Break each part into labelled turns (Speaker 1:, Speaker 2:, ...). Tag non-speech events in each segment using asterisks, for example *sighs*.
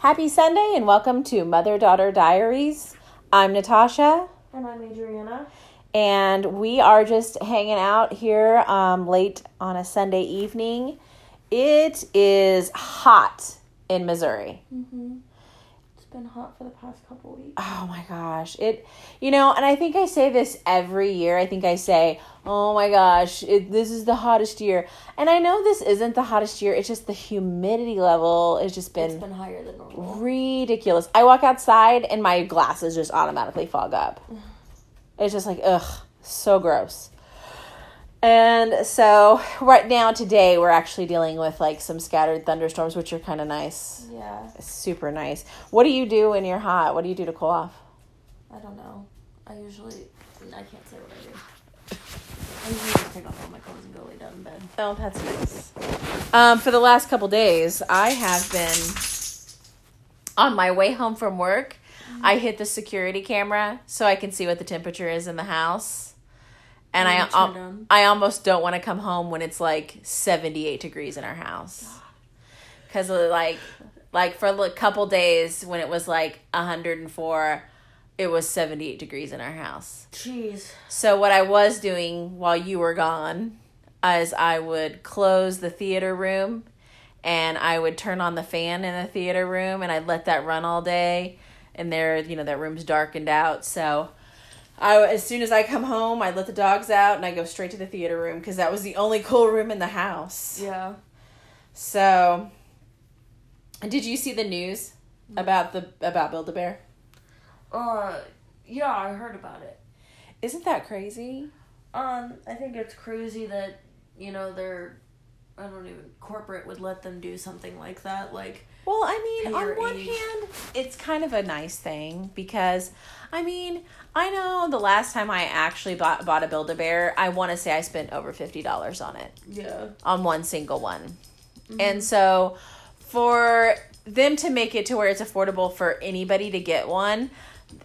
Speaker 1: Happy Sunday and welcome to Mother Daughter Diaries. I'm Natasha
Speaker 2: And I'm Adriana.
Speaker 1: and we are just hanging out here um, late on a Sunday evening. It is hot in Missouri.
Speaker 2: Mm-hmm. It's been hot for the past couple weeks.
Speaker 1: Oh my gosh. It, you know, and I think I say this every year. I think I say, oh my gosh, it, this is the hottest year. And I know this isn't the hottest year, it's just the humidity level has just
Speaker 2: It's been higher than normal.
Speaker 1: ridiculous. I walk outside and my glasses just automatically fog up. It's just like, ugh, so gross. And so, right now, today, we're actually dealing with like some scattered thunderstorms, which are kind of nice.
Speaker 2: Yeah,
Speaker 1: Super nice. What do you do when you're hot? What do you do to cool off?
Speaker 2: I don't know. I usually, I can't say what
Speaker 1: *laughs*
Speaker 2: I do. I usually just take off all my clothes and go lay down in bed.
Speaker 1: Oh, that's nice. Um, for the last couple days, I have been on my way home from work.
Speaker 2: Mm-hmm.
Speaker 1: I hit the security camera so I can see what the temperature is in the house, and
Speaker 2: Oh, You
Speaker 1: I um,
Speaker 2: turn it on?
Speaker 1: I almost don't want to come home when it's like seventy eight degrees in our house, because like like for a couple days when it was like hundred and four, it was seventy eight degrees in our house.
Speaker 2: Jeez.
Speaker 1: So what I was doing while you were gone is I would close the theater room and I would turn on the fan in the theater room and I'd let that run all day and there you know that room's darkened out so I as soon as I come home I let the dogs out and I go straight to the theater room cuz that was the only cool room in the house.
Speaker 2: Yeah.
Speaker 1: So did you see the news about the about Build-A-Bear?
Speaker 2: Uh, yeah, I heard about it.
Speaker 1: Isn't that crazy?
Speaker 2: Um, I think it's crazy that, you know, they're, I don't even, corporate would let them do something like that. Like,
Speaker 1: Well, I mean,
Speaker 2: Pay your
Speaker 1: on one
Speaker 2: age.
Speaker 1: hand, it's kind of a nice thing because, I mean, I know the last time I actually bought, bought a Build a Bear, I want to say I spent over $50 on it,
Speaker 2: yeah. Mm-hmm.
Speaker 1: on one single one. And so for them to make it to where it's affordable for anybody to get one,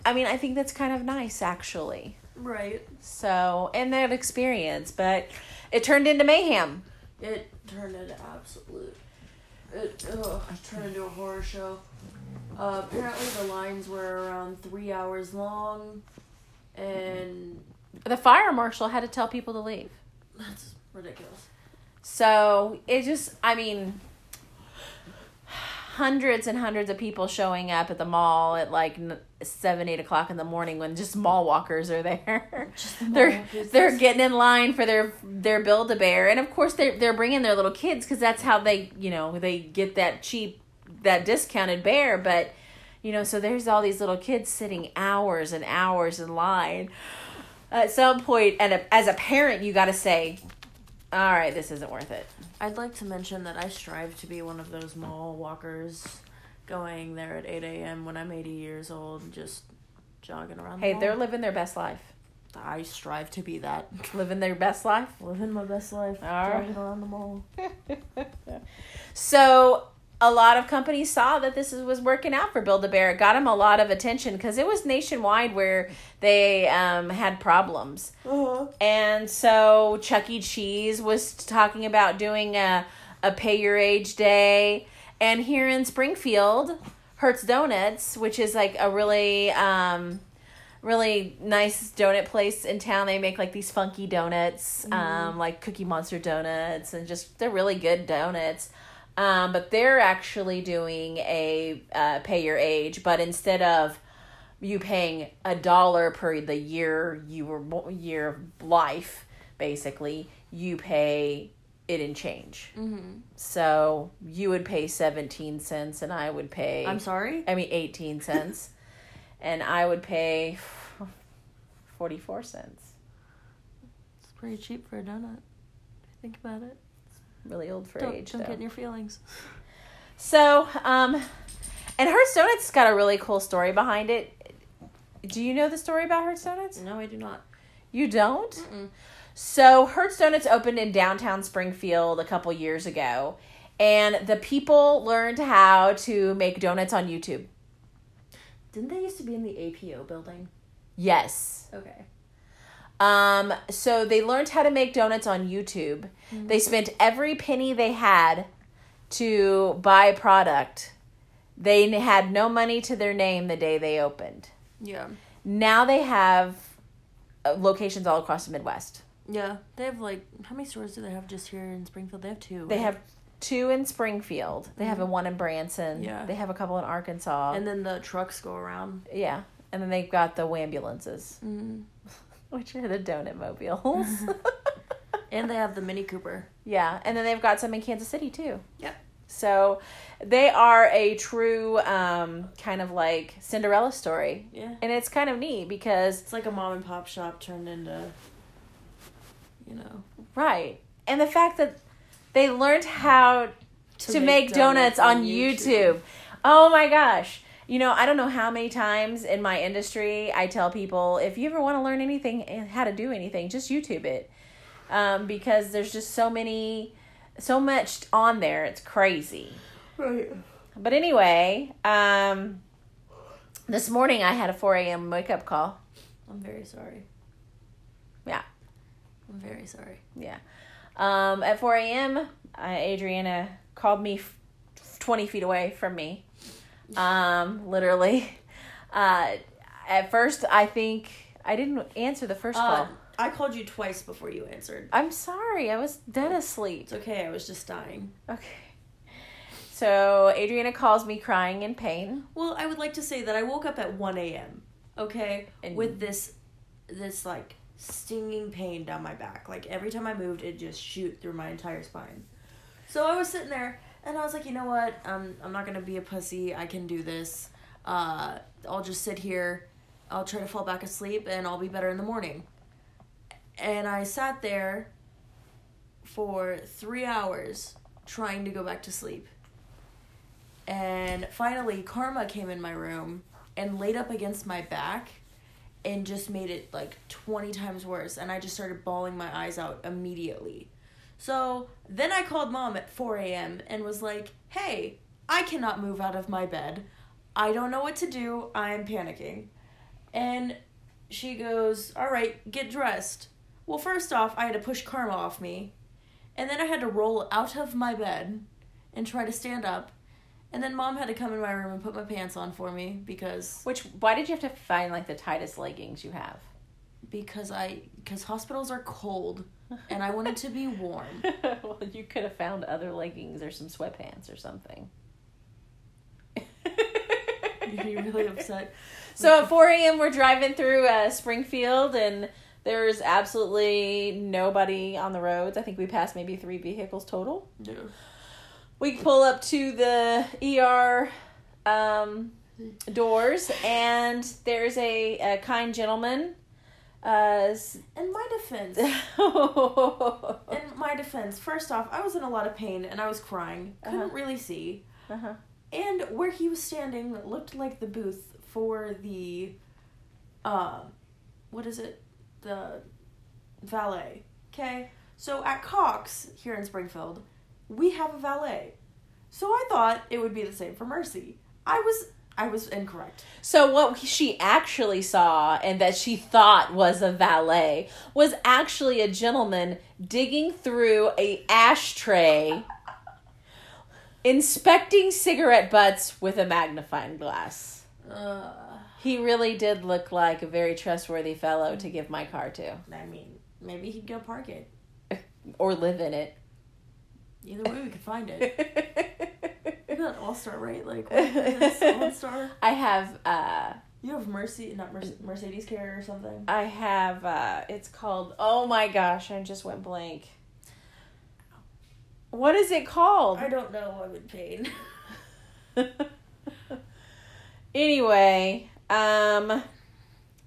Speaker 1: I mean, I think that's kind of nice actually.
Speaker 2: Right.
Speaker 1: So, and that experience, but it turned into mayhem.
Speaker 2: It turned into absolute. It ugh, turned into a horror show. Uh, apparently, the lines were around three hours long, and
Speaker 1: The fire marshal had to tell people to leave.
Speaker 2: that's ridiculous.
Speaker 1: So it just, I mean, hundreds and hundreds of people showing up at the mall at like n- seven, eight o'clock in the morning when just mall walkers are there. *laughs* they're
Speaker 2: walkers.
Speaker 1: they're getting in line for their their build a bear, and of course they're they're bringing their little kids because that's how they you know they get that cheap that discounted bear, but. You know, so there's all these little kids sitting hours and hours in line. At some point, and a, as a parent, you got to say, "All right, this isn't worth it."
Speaker 2: I'd like to mention that I strive to be one of those mall walkers, going there at eight a.m. when I'm eighty years old, just jogging around.
Speaker 1: Hey,
Speaker 2: the
Speaker 1: they're
Speaker 2: mall.
Speaker 1: living their best life.
Speaker 2: I strive to be that,
Speaker 1: Living their best life.
Speaker 2: living my best life,
Speaker 1: right.
Speaker 2: jogging around the mall.
Speaker 1: *laughs* So a lot of companies saw that this is, was working out for Build a Bear. It got them a lot of attention because it was nationwide where they um, had problems.
Speaker 2: Uh-huh.
Speaker 1: And so Chuck E. Cheese was talking about doing a, a pay your age day. And here in Springfield, Hertz Donuts, which is like a really um, really nice donut place in town. They make like these funky donuts, um, like Cookie Monster donuts, and just they're really good donuts. Um, but they're actually doing a uh, pay your age, but instead of you paying a dollar per the year you were bo- year of life, basically you pay it in change.
Speaker 2: Mm-hmm.
Speaker 1: So you would pay seventeen cents, and I would pay.
Speaker 2: I'm sorry.
Speaker 1: I mean, 18 cents.
Speaker 2: *laughs*
Speaker 1: and I would pay 44 cents.
Speaker 2: It's pretty cheap for a donut. Think about it.
Speaker 1: Really old for
Speaker 2: Don't,
Speaker 1: age,
Speaker 2: don't
Speaker 1: though.
Speaker 2: get in your feelings.
Speaker 1: so, um, and Hertz Donuts got a really cool story behind it. Do you know the story about Hertz Donuts?
Speaker 2: No, I do not.
Speaker 1: You don't? So Hertz Donuts opened in downtown Springfield a couple years ago, and the people learned how to make donuts on YouTube.
Speaker 2: Didn't they used to be in the APO building?
Speaker 1: Yes.
Speaker 2: Okay.
Speaker 1: Um, so they learned how to make donuts on YouTube. They spent every penny they had to buy product They n- had no money to their name the day they opened.
Speaker 2: Yeah.
Speaker 1: Now they have uh, locations all across the Midwest.
Speaker 2: Yeah. They have like how many stores do they have just here in Springfield? They have two.
Speaker 1: They
Speaker 2: right?
Speaker 1: have two in Springfield. They have a one in Branson.
Speaker 2: Mm-hmm. Yeah.
Speaker 1: They have a couple in Arkansas.
Speaker 2: and then the trucks go around.
Speaker 1: yeah. And then they've got the ambulances,
Speaker 2: Mm.
Speaker 1: *laughs* which are the donut mobiles.
Speaker 2: *laughs* And they have the Mini Cooper.
Speaker 1: *laughs* yeah. And then they've got some in Kansas City too.
Speaker 2: Yep.
Speaker 1: So they are a true um, kind of like Cinderella story.
Speaker 2: Yeah.
Speaker 1: And it's kind of neat because,
Speaker 2: It's like a mom and pop shop turned into you know
Speaker 1: right. And the fact that they learned how to, make, donuts, on YouTube. Oh my gosh. You know, I don't know how many times in my industry I tell people if you ever want to learn anything and how to do anything, just YouTube it. Um, because there's just so many, so much on there. It's crazy.
Speaker 2: Right.
Speaker 1: But anyway, um, this morning I had a 4 a.m. wake up call.
Speaker 2: I'm very sorry.
Speaker 1: Yeah.
Speaker 2: I'm very sorry.
Speaker 1: Yeah. Um, at 4 a.m., uh, Adriana called me f- 20 feet away from me. Um, literally. *laughs* Uh, at first, I think I didn't answer the first
Speaker 2: Uh,
Speaker 1: call.
Speaker 2: I called you twice before you answered.
Speaker 1: I'm sorry, I was dead asleep.
Speaker 2: It's okay. I was just dying.
Speaker 1: Okay. So Adriana calls me crying in pain.
Speaker 2: Well, I would like to say that I woke up at 1 a.m. Okay,
Speaker 1: And-
Speaker 2: with this, this like stinging pain down my back. Like every time I moved, it just shoot through my entire spine. So I was sitting there, and I was like, you know what? Um, I'm not gonna be a pussy. I can do this. Uh, I'll just sit here. I'll try to fall back asleep, and I'll be better in the morning. And I sat there for three hours trying to go back to sleep. And finally, Karma came in my room and laid up against my back and just made it like 20 times worse. And I just started bawling my eyes out immediately. So then I called mom at 4 a.m. and was like, hey, I cannot move out of my bed. I don't know what to do. I am panicking. And she goes, all right, get dressed. Well, first off, I had to push Karma off me. And then I had to roll out of my bed and try to stand up. And then mom had to come in my room and put my pants on for me because
Speaker 1: Which, why did you have to find like the tightest leggings you have?
Speaker 2: because I because hospitals are cold and I wanted to be warm. *laughs*
Speaker 1: *laughs* well, you could have found other leggings or some sweatpants or something.
Speaker 2: Are you really upset?
Speaker 1: *laughs* So at 4 a.m., we're driving through uh, Springfield, and there's absolutely nobody on the roads. I think we passed maybe three vehicles total.
Speaker 2: No.
Speaker 1: We pull up to the ER um, doors, and there's a, a kind gentleman. Uh, s- *laughs*
Speaker 2: In my defense,
Speaker 1: uh-huh.
Speaker 2: in my defense, first off, I was in a lot of pain and I was crying. Couldn't really see. And where he was standing looked like the booth for the uh what is it? The valet. Okay? So at Cox here in Springfield, we have a valet. So I thought it would be the same for Mercy. I was I was incorrect.
Speaker 1: So what she actually saw and that she thought was a valet was actually a gentleman digging through a ashtray inspecting cigarette butts with a magnifying glass.
Speaker 2: Uh
Speaker 1: He really did look like a very trustworthy fellow to give my car to
Speaker 2: I mean, maybe he'd go park it.
Speaker 1: or live in it. *laughs*
Speaker 2: Either way, we could find *laughs* it. Isn't that all star, right? Like, what is all *laughs* star?
Speaker 1: I have uh
Speaker 2: You have Mercy, not Merce- Mercedes Care or something.
Speaker 1: I have uh it's called Oh my gosh, I just went blank. What is it called?
Speaker 2: I don't know. I'm in pain.
Speaker 1: *laughs* anyway, um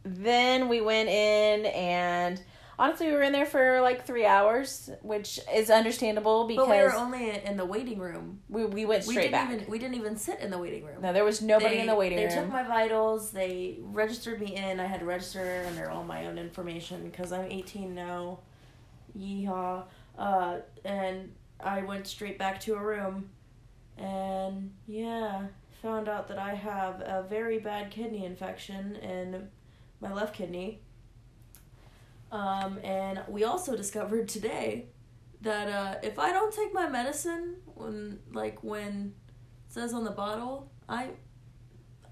Speaker 1: then we went in and honestly we were in there for like 3 hours, which is understandable
Speaker 2: But we were
Speaker 1: because
Speaker 2: only in the waiting room.
Speaker 1: we, we went
Speaker 2: We
Speaker 1: straight
Speaker 2: didn't
Speaker 1: back.
Speaker 2: even we didn't even sit in the waiting room.
Speaker 1: no, there was nobody
Speaker 2: They-
Speaker 1: in the waiting
Speaker 2: They
Speaker 1: room.
Speaker 2: took my vitals. They registered me in. I had to register under all my own information because I'm 18 now. Yeehaw! Uh, and I went straight back to a room, and yeah, found out that I have a very bad kidney infection in my left kidney. Um, and we also discovered today that uh, if I don't take my medicine when like when says on the bottle, I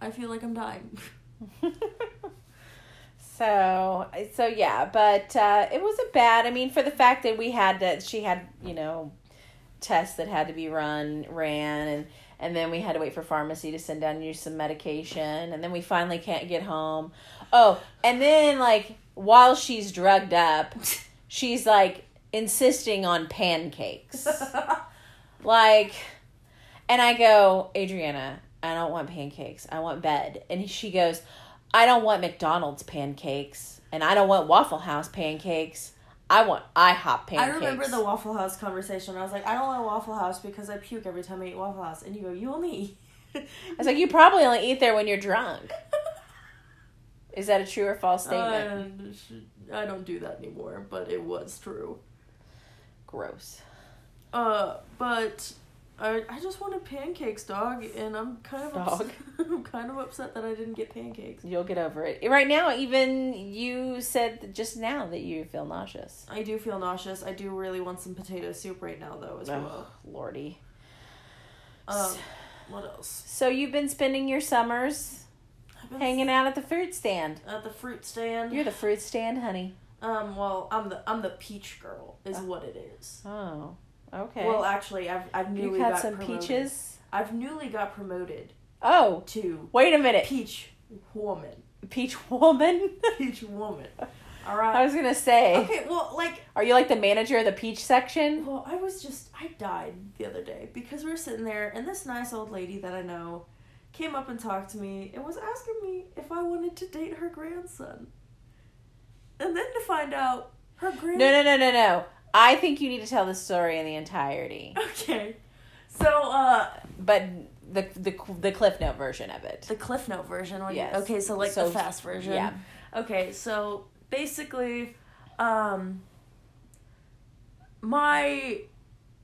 Speaker 2: I feel like I'm dying.
Speaker 1: *laughs* so so yeah, but uh, it wasn't bad. I mean, for the fact that we had that she had you know tests that had to be run ran and and then we had to wait for pharmacy to send down you some medication and then we finally can't get home oh and then like while she's drugged up
Speaker 2: *laughs*
Speaker 1: she's like insisting on pancakes *laughs* like and i go adriana i don't want pancakes i want bed and she goes i don't want mcdonald's pancakes and i don't want waffle house pancakes i want ihop pancakes
Speaker 2: I remember the Waffle House conversation. I was like, I don't want Waffle House because I puke every time I eat Waffle House. And you go, you
Speaker 1: *laughs*
Speaker 2: only eat.
Speaker 1: I was like, you probably only eat there when you're drunk. Is that a true or false statement?
Speaker 2: *laughs* And sh- I don't do that anymore, but it was true.
Speaker 1: Gross.
Speaker 2: Uh, but I I just wanted pancakes, dog, and I'm kind of
Speaker 1: Dog.
Speaker 2: Ups- *laughs* I'm kind of upset that I didn't get pancakes.
Speaker 1: You'll get over it. Right now, even you said just now that you feel nauseous.
Speaker 2: I do feel nauseous. I do really want some potato soup right now, though, as
Speaker 1: Oh,
Speaker 2: well.
Speaker 1: lordy.
Speaker 2: Um, what else?
Speaker 1: So you've been spending your summers
Speaker 2: I've been
Speaker 1: hanging out at the fruit stand.
Speaker 2: at the fruit stand.
Speaker 1: You're the fruit stand, honey.
Speaker 2: Um, well, I'm the I'm the peach girl, is what it is.
Speaker 1: Oh, Ah. okay.
Speaker 2: Well, actually, I've I've
Speaker 1: You've
Speaker 2: newly
Speaker 1: had
Speaker 2: got
Speaker 1: some
Speaker 2: promoted.
Speaker 1: peaches.
Speaker 2: I've newly got promoted
Speaker 1: Oh,
Speaker 2: to
Speaker 1: wait a minute.
Speaker 2: peach
Speaker 1: *laughs*
Speaker 2: woman.
Speaker 1: Peach woman?
Speaker 2: Peach woman. *laughs* All right.
Speaker 1: I was going to say.
Speaker 2: okay. Well, like
Speaker 1: Are you like the manager of the peach section?
Speaker 2: Well, I was just I died the other day because we were sitting there and this nice old lady that I know came up and talked to me and was asking me if I wanted to date her grandson. And then to find out her grand
Speaker 1: No, no, no, no, no. I think you need to tell the story in the entirety.
Speaker 2: *laughs* Okay. So uh
Speaker 1: but the the the cliff note version of it.
Speaker 2: the Cliff Note version when you-
Speaker 1: Yes.
Speaker 2: okay, so like
Speaker 1: So-
Speaker 2: the fast version.
Speaker 1: yeah.
Speaker 2: Okay, so basically um my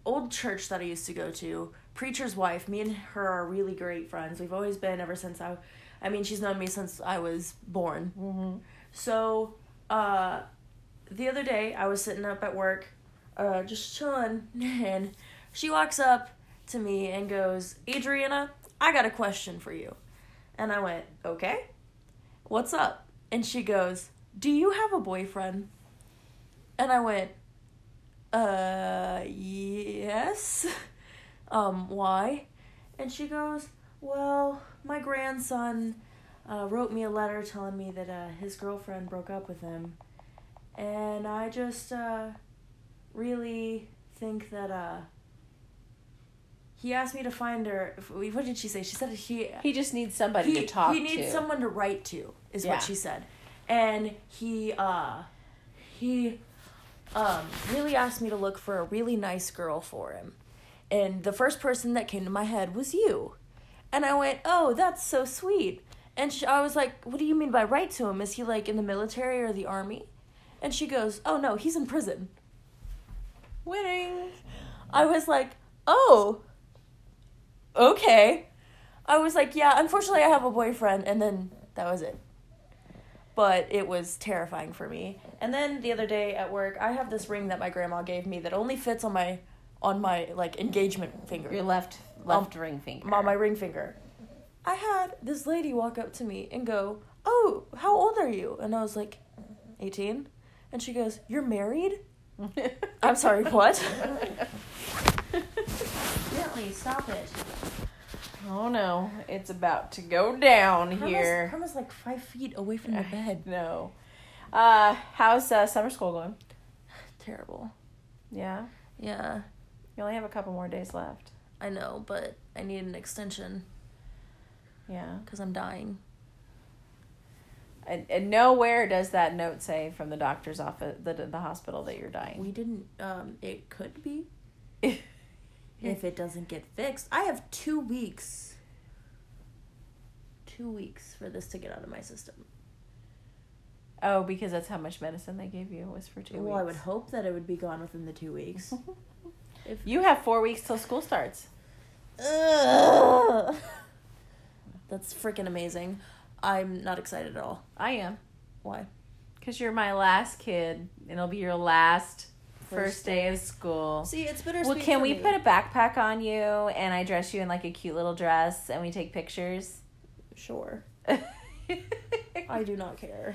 Speaker 2: old church that I used to go to, preacher's wife, me and her are really great friends. We've always been ever since I I mean, she's known me since I was born. So, uh the other day I was sitting up at work, uh just chilling, *laughs* and she walks up to me and goes, "Adriana, I got a question for you." And I went, "Okay. What's up?" And she goes, "Do you have a boyfriend?" And I went, uh yes *laughs* um why and she goes well my grandson uh, wrote me a letter telling me that uh, his girlfriend broke up with him and i just uh really think that uh he asked me to find her what did she say she said he
Speaker 1: He just needs somebody to talk
Speaker 2: he needs
Speaker 1: to.
Speaker 2: someone to write to, is
Speaker 1: Yeah.
Speaker 2: what she said. And he uh he um really asked me to look for a really nice girl for him. And the first person that came to my head was you. And I went, "Oh, that's so sweet." And she, I was like, "What do you mean by write to him? Is he like in the military or the army?" And she goes, "Oh no, he's in prison."
Speaker 1: Winning.
Speaker 2: I was like, oh, okay. I was like, yeah, unfortunately, I have a boyfriend. And then that was it. But it was terrifying for me. And then the other day at work, I have this ring that my grandma gave me that only fits on my on my like engagement finger
Speaker 1: Your left left
Speaker 2: Um,
Speaker 1: ring finger.
Speaker 2: on
Speaker 1: *laughs*
Speaker 2: my ring finger. I had this lady walk up to me and go, "Oh, how old are you?" And I was like, "18." And she goes, "You're married?" I'm sorry,
Speaker 1: *laughs*
Speaker 2: what? Bentley, stop it.
Speaker 1: oh no, it's about to go down here.
Speaker 2: Herma's like five feet away from the bed.
Speaker 1: No. Uh, how's uh, summer school going?
Speaker 2: *sighs* Terrible.
Speaker 1: Yeah,
Speaker 2: Yeah,
Speaker 1: you only have a couple more days left.
Speaker 2: I know, but I need an extension
Speaker 1: Yeah,
Speaker 2: because I'm dying.
Speaker 1: and, and nowhere does that note say from the doctor's office, the the hospital, that you're dying.
Speaker 2: We didn't. Um, it could be
Speaker 1: *laughs*
Speaker 2: if it doesn't get fixed. I have two weeks. Two weeks for this to get out of my system.
Speaker 1: oh, because that's how much medicine they gave you was for two
Speaker 2: well,
Speaker 1: weeks.
Speaker 2: Oh, I would hope that it would be gone within the two
Speaker 1: *laughs*
Speaker 2: weeks. if
Speaker 1: You have four weeks till school starts.
Speaker 2: Ugh. That's freaking amazing. I'm not excited at all.
Speaker 1: I am.
Speaker 2: Why?
Speaker 1: Because you're my last kid, and it'll be your last First day of school.
Speaker 2: See, it's bittersweet.
Speaker 1: Well, can
Speaker 2: for
Speaker 1: we
Speaker 2: me.
Speaker 1: put a backpack on you and I dress you in like a cute little dress and we take pictures?
Speaker 2: Sure. I
Speaker 1: okay, *laughs*
Speaker 2: do not care.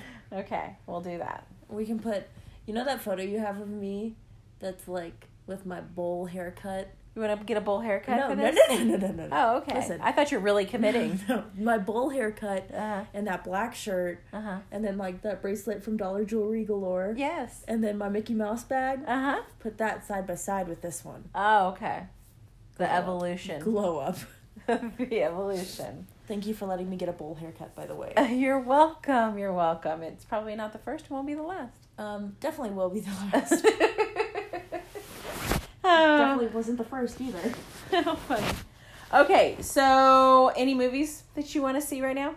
Speaker 1: we'll do that.
Speaker 2: We can put. You know that photo you have of me, that's like with my bowl haircut.
Speaker 1: You want to get a bowl haircut?
Speaker 2: No,
Speaker 1: for
Speaker 2: no,
Speaker 1: this?
Speaker 2: no, no, no, no, no.
Speaker 1: Oh, okay.
Speaker 2: Listen.
Speaker 1: I thought you were really committing.
Speaker 2: *laughs* No, my bowl haircut
Speaker 1: Uh
Speaker 2: and that black shirt,
Speaker 1: huh. Uh-huh.
Speaker 2: and then like that bracelet from Dollar Jewelry galore,
Speaker 1: Yes.
Speaker 2: and then my Mickey Mouse bag.
Speaker 1: Uh huh.
Speaker 2: Put that side by side with this one.
Speaker 1: Oh, okay. The
Speaker 2: Glow up.
Speaker 1: evolution.
Speaker 2: Glow up.
Speaker 1: *laughs* the evolution. *laughs*
Speaker 2: Thank you for letting me get a bowl haircut, by the *laughs* way.
Speaker 1: You're welcome. You're welcome. It's probably not the first, it won't be the last.
Speaker 2: Um, definitely will be *laughs* the
Speaker 1: *laughs*
Speaker 2: last.
Speaker 1: oh,
Speaker 2: definitely wasn't the first either.
Speaker 1: *laughs* how funny. Okay, so any movies that you want to see right now?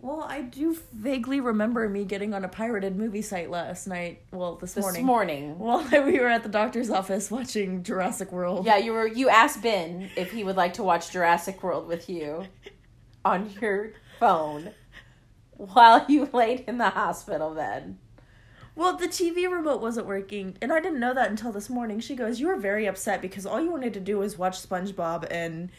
Speaker 2: Well, I do vaguely remember me getting on a pirated movie site last night. Well, this,
Speaker 1: This
Speaker 2: morning.
Speaker 1: morning.
Speaker 2: While *laughs* we were at the doctor's office watching Jurassic World. *laughs*
Speaker 1: Yeah, you were. You asked Ben if he would like to watch Jurassic World with you on your phone while you laid in the hospital bed. *laughs*
Speaker 2: Well, the TV remote wasn't working, and I didn't know that until this morning. She goes, "You were very upset because all you wanted to do was watch SpongeBob, and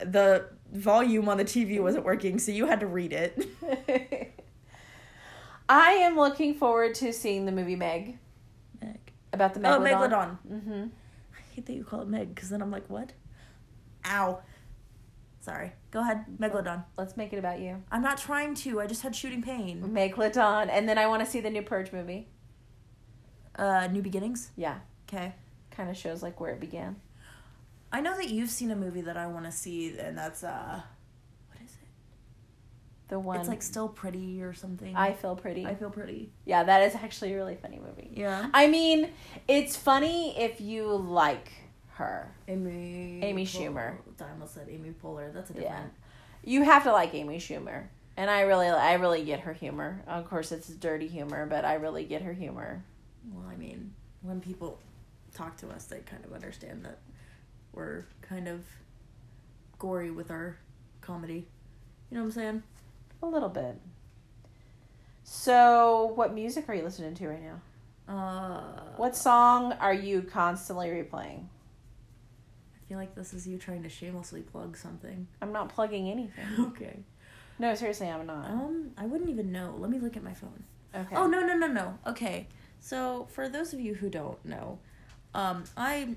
Speaker 2: the volume on the TV wasn't working, so you had to read it."
Speaker 1: I am looking forward to seeing the movie Meg
Speaker 2: Meg.
Speaker 1: about the
Speaker 2: *laughs* Oh,
Speaker 1: megalodon.
Speaker 2: Megalodon.
Speaker 1: Mm-hmm.
Speaker 2: I hate that you call it Meg, because then I'm like, what? Ow. Sorry. Go ahead, Megalodon.
Speaker 1: Let's make it about you,
Speaker 2: I'm not trying to. I just had shooting pain.
Speaker 1: Megalodon, and then I want to see the new Purge movie.
Speaker 2: Uh, New Beginnings.
Speaker 1: Yeah,
Speaker 2: Okay.
Speaker 1: kind of shows like where it began.
Speaker 2: I know that you've seen a movie that I want to see, and that's uh, what is it?
Speaker 1: The one
Speaker 2: It's like still pretty or something.
Speaker 1: I feel pretty.
Speaker 2: I feel pretty.
Speaker 1: yeah, that is actually a really funny movie.
Speaker 2: Yeah.
Speaker 1: I mean, it's funny if you like her.
Speaker 2: Amy.
Speaker 1: Amy Schumer.
Speaker 2: I almost said Amy Poehler. That's a
Speaker 1: Yeah.
Speaker 2: different.
Speaker 1: You have to like Amy Schumer, and I really, I really get her humor. Of course, it's dirty humor, but I really get her humor.
Speaker 2: Well, I mean, when people talk to us, they kind of understand that we're kind of gory with our comedy. You know what I'm saying?
Speaker 1: A little bit. So, what music are you listening to right now?
Speaker 2: Uh,
Speaker 1: What song are you constantly replaying?
Speaker 2: I feel like this is you trying to shamelessly plug something. *laughs*
Speaker 1: I'm not plugging anything.
Speaker 2: Okay.
Speaker 1: No, seriously, I'm not.
Speaker 2: Um, I wouldn't even know. Let me look at my phone.
Speaker 1: Okay.
Speaker 2: Oh no no no no. Okay. So for those of you who don't know, um, I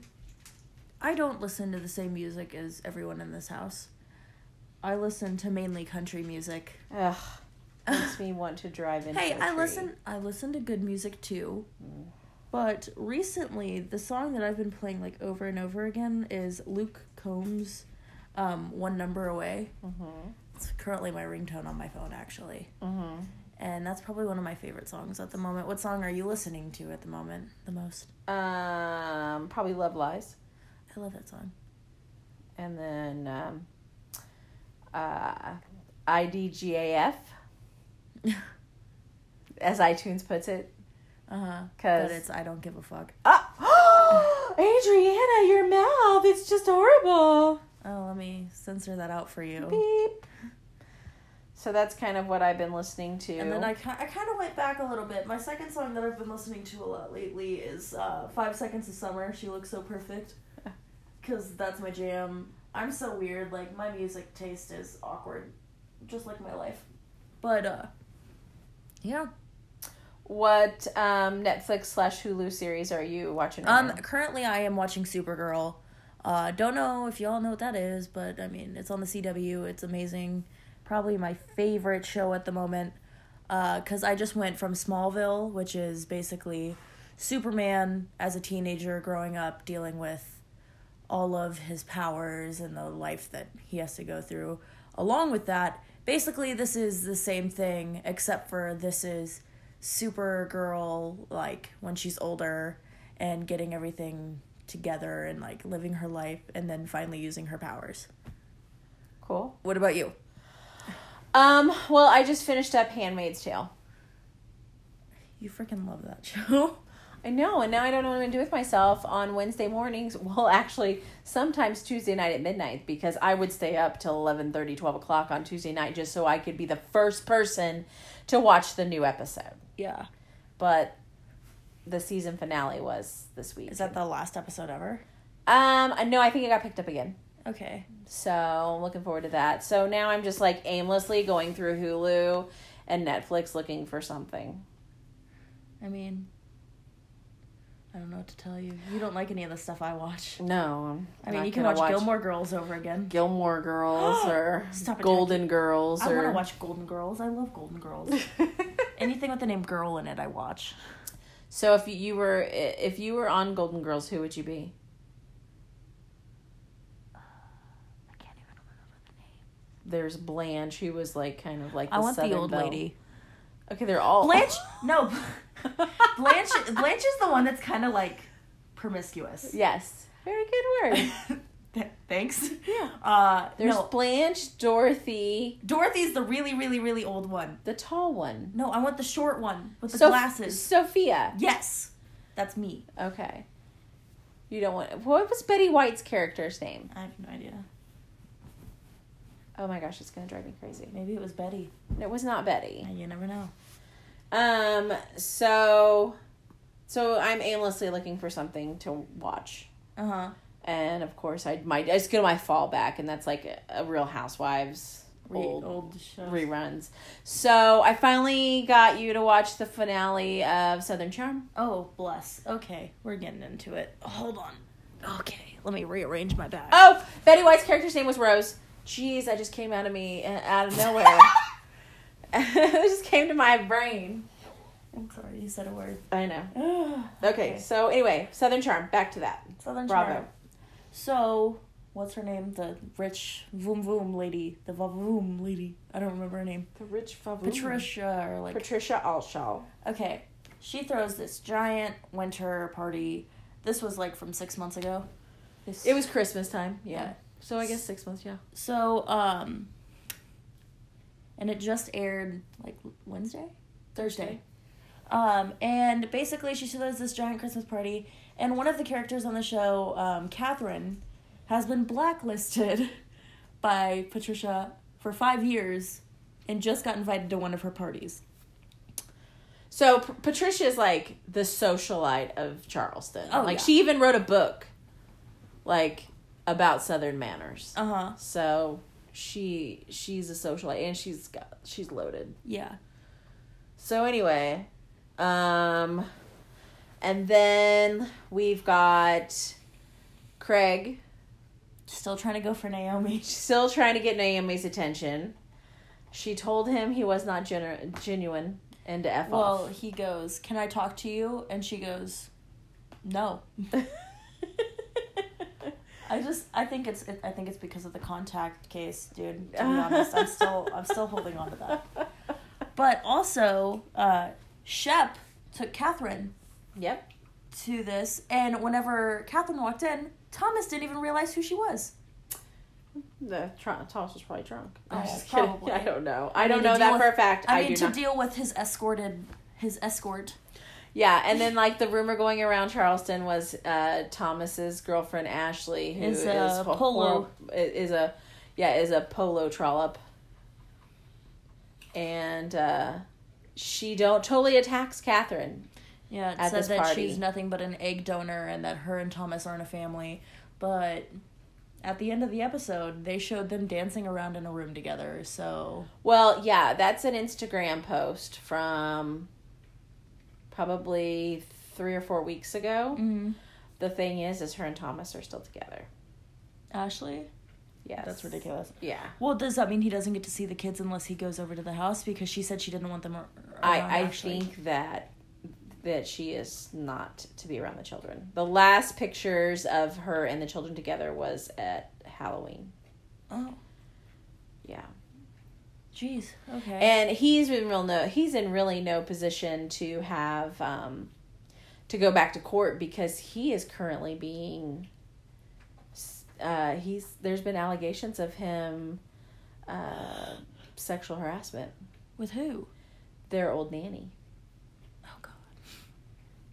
Speaker 2: I don't listen to the same music as everyone in this house. I listen to mainly country music.
Speaker 1: Ugh, makes me want to drive into.
Speaker 2: *laughs* hey,
Speaker 1: a
Speaker 2: I
Speaker 1: tree. Mm-hmm.
Speaker 2: listen I listen to good music too. But recently the song that I've been playing like over and over again is Luke Combs um One Number Away.
Speaker 1: Mhm.
Speaker 2: It's currently my ringtone on my phone actually.
Speaker 1: Mhm.
Speaker 2: And that's probably one of my favorite songs at the moment. What song are you listening to at the moment the most?
Speaker 1: Um, probably Love Lies.
Speaker 2: I love that song. *laughs*
Speaker 1: and then um, uh, IDGAF,
Speaker 2: uh
Speaker 1: as iTunes puts it.
Speaker 2: huh.
Speaker 1: 'Cause-
Speaker 2: Uh-huh. But it's I don't give a fuck.
Speaker 1: Oh, *gasps* Adriana, your mouth, it's just horrible.
Speaker 2: Oh, let me censor that out for you.
Speaker 1: Beep. So that's kind of what I've been listening to.
Speaker 2: And then I, ki- I kind of went back a little bit. My second song that I've been listening to a lot lately is uh, Five Seconds of Summer. She looks so perfect. Because that's my jam. I'm so weird. Like, my music taste is awkward. Just like my life. But, uh, yeah.
Speaker 1: what um, Netflix slash Hulu series are you watching? Right
Speaker 2: Um,
Speaker 1: now?
Speaker 2: currently I am watching Supergirl. Uh, don't know if y'all know what that is, but I mean, it's on the CW. It's amazing. Probably my favorite show at the moment. Uh, cause I just went from Smallville, which is basically Superman as a teenager growing up, dealing with all of his powers and the life that he has to go through. Along with that, basically, this is the same thing, except for this is Supergirl, like when she's older and getting everything together and like living her life and then finally using her powers.
Speaker 1: cool.
Speaker 2: What about you?
Speaker 1: Um, well, I just finished up Handmaid's Tale.
Speaker 2: You freaking love that *laughs* show.
Speaker 1: I know, and now I don't know what I'm gonna do with myself on Wednesday mornings. *laughs* Well, actually, sometimes Tuesday night at midnight because I would stay up till 11, 12 o'clock on Tuesday night just so I could be the first person to watch the new episode.
Speaker 2: yeah.
Speaker 1: But the season finale was this week.
Speaker 2: Is that the last episode ever?
Speaker 1: Um, I- no, I think it got picked up again.
Speaker 2: Okay.
Speaker 1: So looking forward to that. So now I'm just like aimlessly going through Hulu and Netflix looking for something.
Speaker 2: I mean, I don't know what to tell you. You don't like any of the stuff I watch.
Speaker 1: No, I'm
Speaker 2: I mean,
Speaker 1: not
Speaker 2: you can
Speaker 1: gonna
Speaker 2: watch, Gilmore Girls over again.
Speaker 1: Gilmore
Speaker 2: *gasps*
Speaker 1: Girls or
Speaker 2: Stop it,
Speaker 1: Golden Girls.
Speaker 2: I
Speaker 1: or...
Speaker 2: want to watch Golden Girls. I love
Speaker 1: *laughs*
Speaker 2: Golden Girls. *laughs* Anything with the name girl in it, I watch.
Speaker 1: so if you were if you were on Golden Girls, who would you be?
Speaker 2: I can't even remember the name.
Speaker 1: There's Blanche, who was like kind of like the
Speaker 2: I want the Oh.
Speaker 1: Southern
Speaker 2: old
Speaker 1: belle.
Speaker 2: lady.
Speaker 1: Okay, they're all
Speaker 2: Blanche?
Speaker 1: *laughs*
Speaker 2: *laughs* No. Blanche Blanche is the one that's kind of like
Speaker 1: *laughs*
Speaker 2: promiscuous.
Speaker 1: Yes, very good
Speaker 2: *laughs*
Speaker 1: word.
Speaker 2: Th- Thanks.
Speaker 1: Yeah.
Speaker 2: Uh,
Speaker 1: There's
Speaker 2: no,
Speaker 1: Blanche, Dorothy,
Speaker 2: Dorothy's the really, really, really old one.
Speaker 1: the tall one,
Speaker 2: No, I want the short one with the
Speaker 1: Soph-
Speaker 2: glasses.
Speaker 1: Sophia.
Speaker 2: Yes, that's me.
Speaker 1: Okay. You don't want. What was Betty White's character's name?
Speaker 2: I have no idea.
Speaker 1: Oh my gosh, it's gonna drive me crazy.
Speaker 2: Maybe it was Betty.
Speaker 1: It was not Betty.
Speaker 2: Yeah, You never know.
Speaker 1: Um. So, so I'm aimlessly looking for something to watch,
Speaker 2: Uh huh.
Speaker 1: and of course I might. It's gonna my fallback, and that's like a, a Real Housewives old
Speaker 2: old, old show.
Speaker 1: reruns. So I finally got you to watch the finale of Southern *laughs* Charm.
Speaker 2: Oh, bless. Okay, we're getting into it. Hold on. Okay, let me rearrange my bag.
Speaker 1: Oh, Betty White's character's name was Rose. Jeez, I just came out of me uh, out of *laughs* nowhere. it just came to my brain.
Speaker 2: I'm sorry, you said a word.
Speaker 1: I know. Okay,
Speaker 2: okay,
Speaker 1: so anyway, Southern Charm. Back to that.
Speaker 2: Southern
Speaker 1: Bravo.
Speaker 2: Charm. So, what's her name? The rich voom voom lady. The va voom lady. I don't remember her name.
Speaker 1: The rich Favoon.
Speaker 2: Patricia or like.
Speaker 1: Patricia Alshaw.
Speaker 2: okay, she throws this giant winter party. This was like from six months ago. This
Speaker 1: It was Christmas time. Yeah.
Speaker 2: Yeah.
Speaker 1: So I guess six months. Yeah.
Speaker 2: so um. And it just aired like Wednesday. Thursday. Um, and basically, she throws this giant Christmas party, and one of the characters on the show, um, Catherine, has been blacklisted *laughs* by Patricia for five years and just got invited to one of her parties.
Speaker 1: So P- Patricia is like the socialite of Charleston.
Speaker 2: Oh,
Speaker 1: like
Speaker 2: yeah.
Speaker 1: she even wrote a book, like about Southern manners.
Speaker 2: Uh huh.
Speaker 1: So she she's a socialite and she's got she's loaded.
Speaker 2: Yeah.
Speaker 1: So anyway, um and then we've got Craig
Speaker 2: Still trying to go for Naomi.
Speaker 1: still trying to get Naomi's attention. She told him he was not genu- genuine and to F
Speaker 2: Well,
Speaker 1: off.
Speaker 2: he goes, Can I talk to you? And she goes, No.
Speaker 1: *laughs*
Speaker 2: I just I think it's I think it's because of the contact case, dude.
Speaker 1: *laughs*
Speaker 2: To be honest, I'm still I'm still holding on to that. But also, uh, Shep took Catherine
Speaker 1: Yep.
Speaker 2: to this, and whenever Catherine walked in, Thomas didn't even realize who she was.
Speaker 1: The tr- Thomas was probably drunk. I'm
Speaker 2: Oh,
Speaker 1: *laughs* just kidding.
Speaker 2: probably.
Speaker 1: I don't know. I, don't
Speaker 2: mean, to
Speaker 1: know that
Speaker 2: deal
Speaker 1: for a
Speaker 2: with-
Speaker 1: fact. I,
Speaker 2: I, mean,
Speaker 1: do
Speaker 2: to
Speaker 1: not.
Speaker 2: deal with his escorted, his escort.
Speaker 1: yeah, and then like the rumor going around Charleston was uh, Thomas's girlfriend Ashley, who
Speaker 2: Is
Speaker 1: is,
Speaker 2: a
Speaker 1: ho-
Speaker 2: polo.
Speaker 1: hor- is a yeah is a polo trollop, and uh, she don't totally attacks Catherine.
Speaker 2: Yeah, it
Speaker 1: At
Speaker 2: said
Speaker 1: this
Speaker 2: that
Speaker 1: party.
Speaker 2: she's nothing but an egg donor, and that her and Thomas aren't a family. But at the end of the episode, they showed them dancing around in a room together. So
Speaker 1: Well, yeah, that's an Instagram post from probably three or four weeks ago.
Speaker 2: Mm.
Speaker 1: The thing is, is her and Thomas are still together.
Speaker 2: Ashley,
Speaker 1: Yes,
Speaker 2: that's ridiculous.
Speaker 1: Yeah,
Speaker 2: Well, does that mean he doesn't get to see the kids unless he goes over to the house? Because she said she didn't want them. Ar- around,
Speaker 1: I I
Speaker 2: actually.
Speaker 1: think that that she is not to be around the children. The last pictures of her and the children together was at Halloween.
Speaker 2: Oh,
Speaker 1: Yeah,
Speaker 2: jeez. Okay.
Speaker 1: and he's in real no he's in really no position to have um to go back to court because he is currently being uh he's there's been allegations of him uh sexual harassment
Speaker 2: With who?
Speaker 1: their old nanny
Speaker 2: Oh God.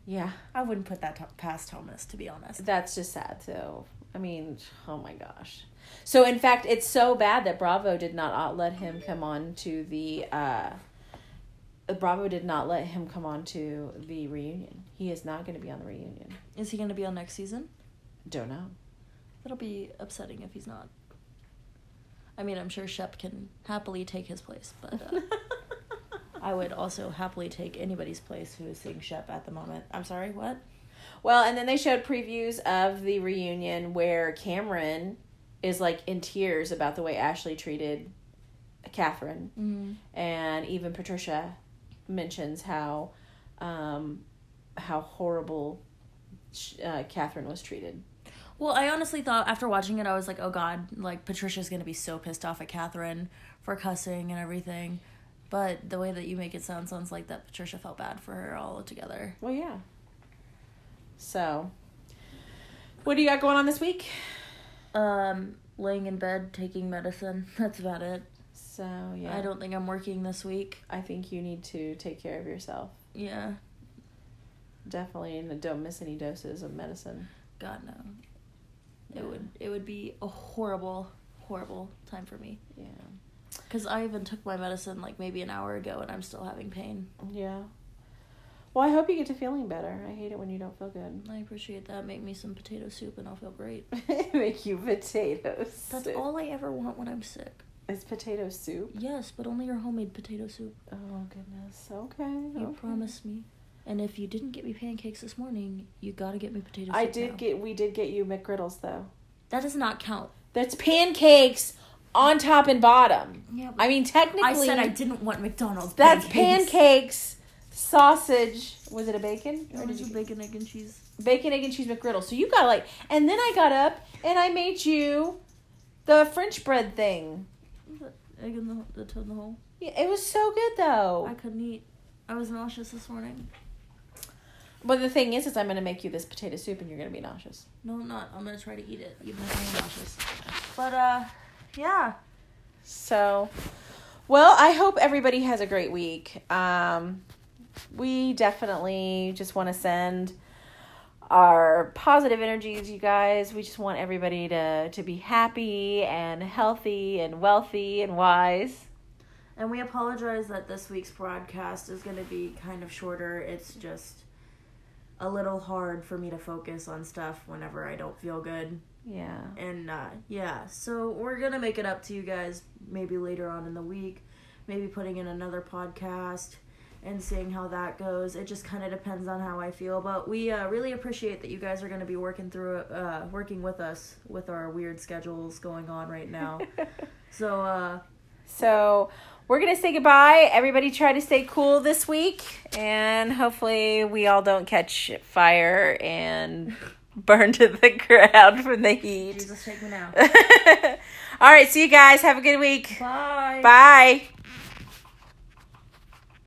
Speaker 1: yeah
Speaker 2: I wouldn't put that to- past Thomas, to be honest.
Speaker 1: that's just sad so i mean oh my gosh so in fact it's so bad that bravo did not let him come on to the uh Bravo did not let him come on to the reunion. He is not going to be on the reunion.
Speaker 2: Is he going to be on next season?
Speaker 1: Don't know.
Speaker 2: That'll be upsetting if he's not. I mean, I'm sure Shep can happily take his place,
Speaker 1: *laughs*
Speaker 2: but uh, *laughs* I would also happily take anybody's place who is seeing Shep at the moment. I'm sorry, what?
Speaker 1: Well, and then they showed previews of the reunion where Cameron is like in tears about the way Ashley treated Catherine,
Speaker 2: Mm.
Speaker 1: and even Patricia mentions how um, how horrible sh- uh, Catherine was treated.
Speaker 2: Well, I honestly thought after watching it, I was like, oh god, like Patricia's gonna be so pissed off at Catherine for cussing and everything. But the way that you make it sound sounds like that Patricia felt bad for her all together.
Speaker 1: Well, yeah. So, what do you got going on this week?
Speaker 2: Um, laying in bed, taking medicine. *laughs* That's about it.
Speaker 1: So yeah,
Speaker 2: I don't think I'm working this week.
Speaker 1: I think you need to take care of yourself.
Speaker 2: Yeah.
Speaker 1: Definitely, and don't miss any doses of medicine.
Speaker 2: God no. It would it would be a horrible, horrible time for me.
Speaker 1: Yeah.
Speaker 2: Cause I even took my medicine like maybe an hour ago and I'm still having pain.
Speaker 1: Yeah. Well, I hope you get to feeling better. I hate it when you don't feel good.
Speaker 2: I appreciate that. Make me some potato soup and I'll feel great. *laughs*
Speaker 1: *laughs* Make you potatoes.
Speaker 2: That's all I ever want when I'm sick.
Speaker 1: It's potato soup.
Speaker 2: Yes, but only your homemade potato soup.
Speaker 1: Oh goodness. Okay.
Speaker 2: You
Speaker 1: Mm-hmm. okay.
Speaker 2: promised me. And if you didn't get me pancakes this morning, you gotta get me potato soup.
Speaker 1: I did
Speaker 2: now.
Speaker 1: get. We did get you McGriddles though.
Speaker 2: That does not count.
Speaker 1: That's pancakes on top and bottom.
Speaker 2: Yeah,
Speaker 1: I mean, technically,
Speaker 2: I said I didn't want McDonald's.
Speaker 1: that's
Speaker 2: pancakes.
Speaker 1: pancakes, sausage. Was it a bacon? Or
Speaker 2: Or
Speaker 1: did
Speaker 2: did
Speaker 1: you
Speaker 2: you bacon, egg, and cheese?
Speaker 1: bacon, egg, and cheese McGriddle. So you got like, and then I got up and I made you the French bread thing.
Speaker 2: Egg in the, the toad in the hole.
Speaker 1: Yeah, It was so good though.
Speaker 2: I couldn't eat. I was nauseous this morning.
Speaker 1: But the thing is, is I'm gonna make you this potato soup and you're gonna be nauseous.
Speaker 2: No, I'm not. I'm gonna try to eat it, even if I'm nauseous. But uh, yeah.
Speaker 1: So, well, I hope everybody has a great week. Um, we definitely just want to send our positive energies, you guys. We just want everybody to to be happy and healthy and wealthy and wise.
Speaker 2: And we apologize that this week's broadcast is going to be kind of shorter. It's just a little hard for me to focus on stuff whenever I don't feel good. *laughs*
Speaker 1: Yeah.
Speaker 2: And uh, yeah, so we're going to make it up to you guys maybe later on in the week, maybe putting in another podcast and seeing how that goes. It just kind of depends on how I feel, but we uh, really appreciate that you guys are going to be working through uh working with us with our weird schedules going on
Speaker 1: *laughs*
Speaker 2: right now. so uh
Speaker 1: So we're gonna say goodbye. Everybody, try to stay cool this week, and hopefully, we all don't catch fire and *laughs* burn to the ground from the heat. *laughs*
Speaker 2: Jesus take me now.
Speaker 1: all right, see you guys. Have a good week.
Speaker 2: Bye.
Speaker 1: Bye.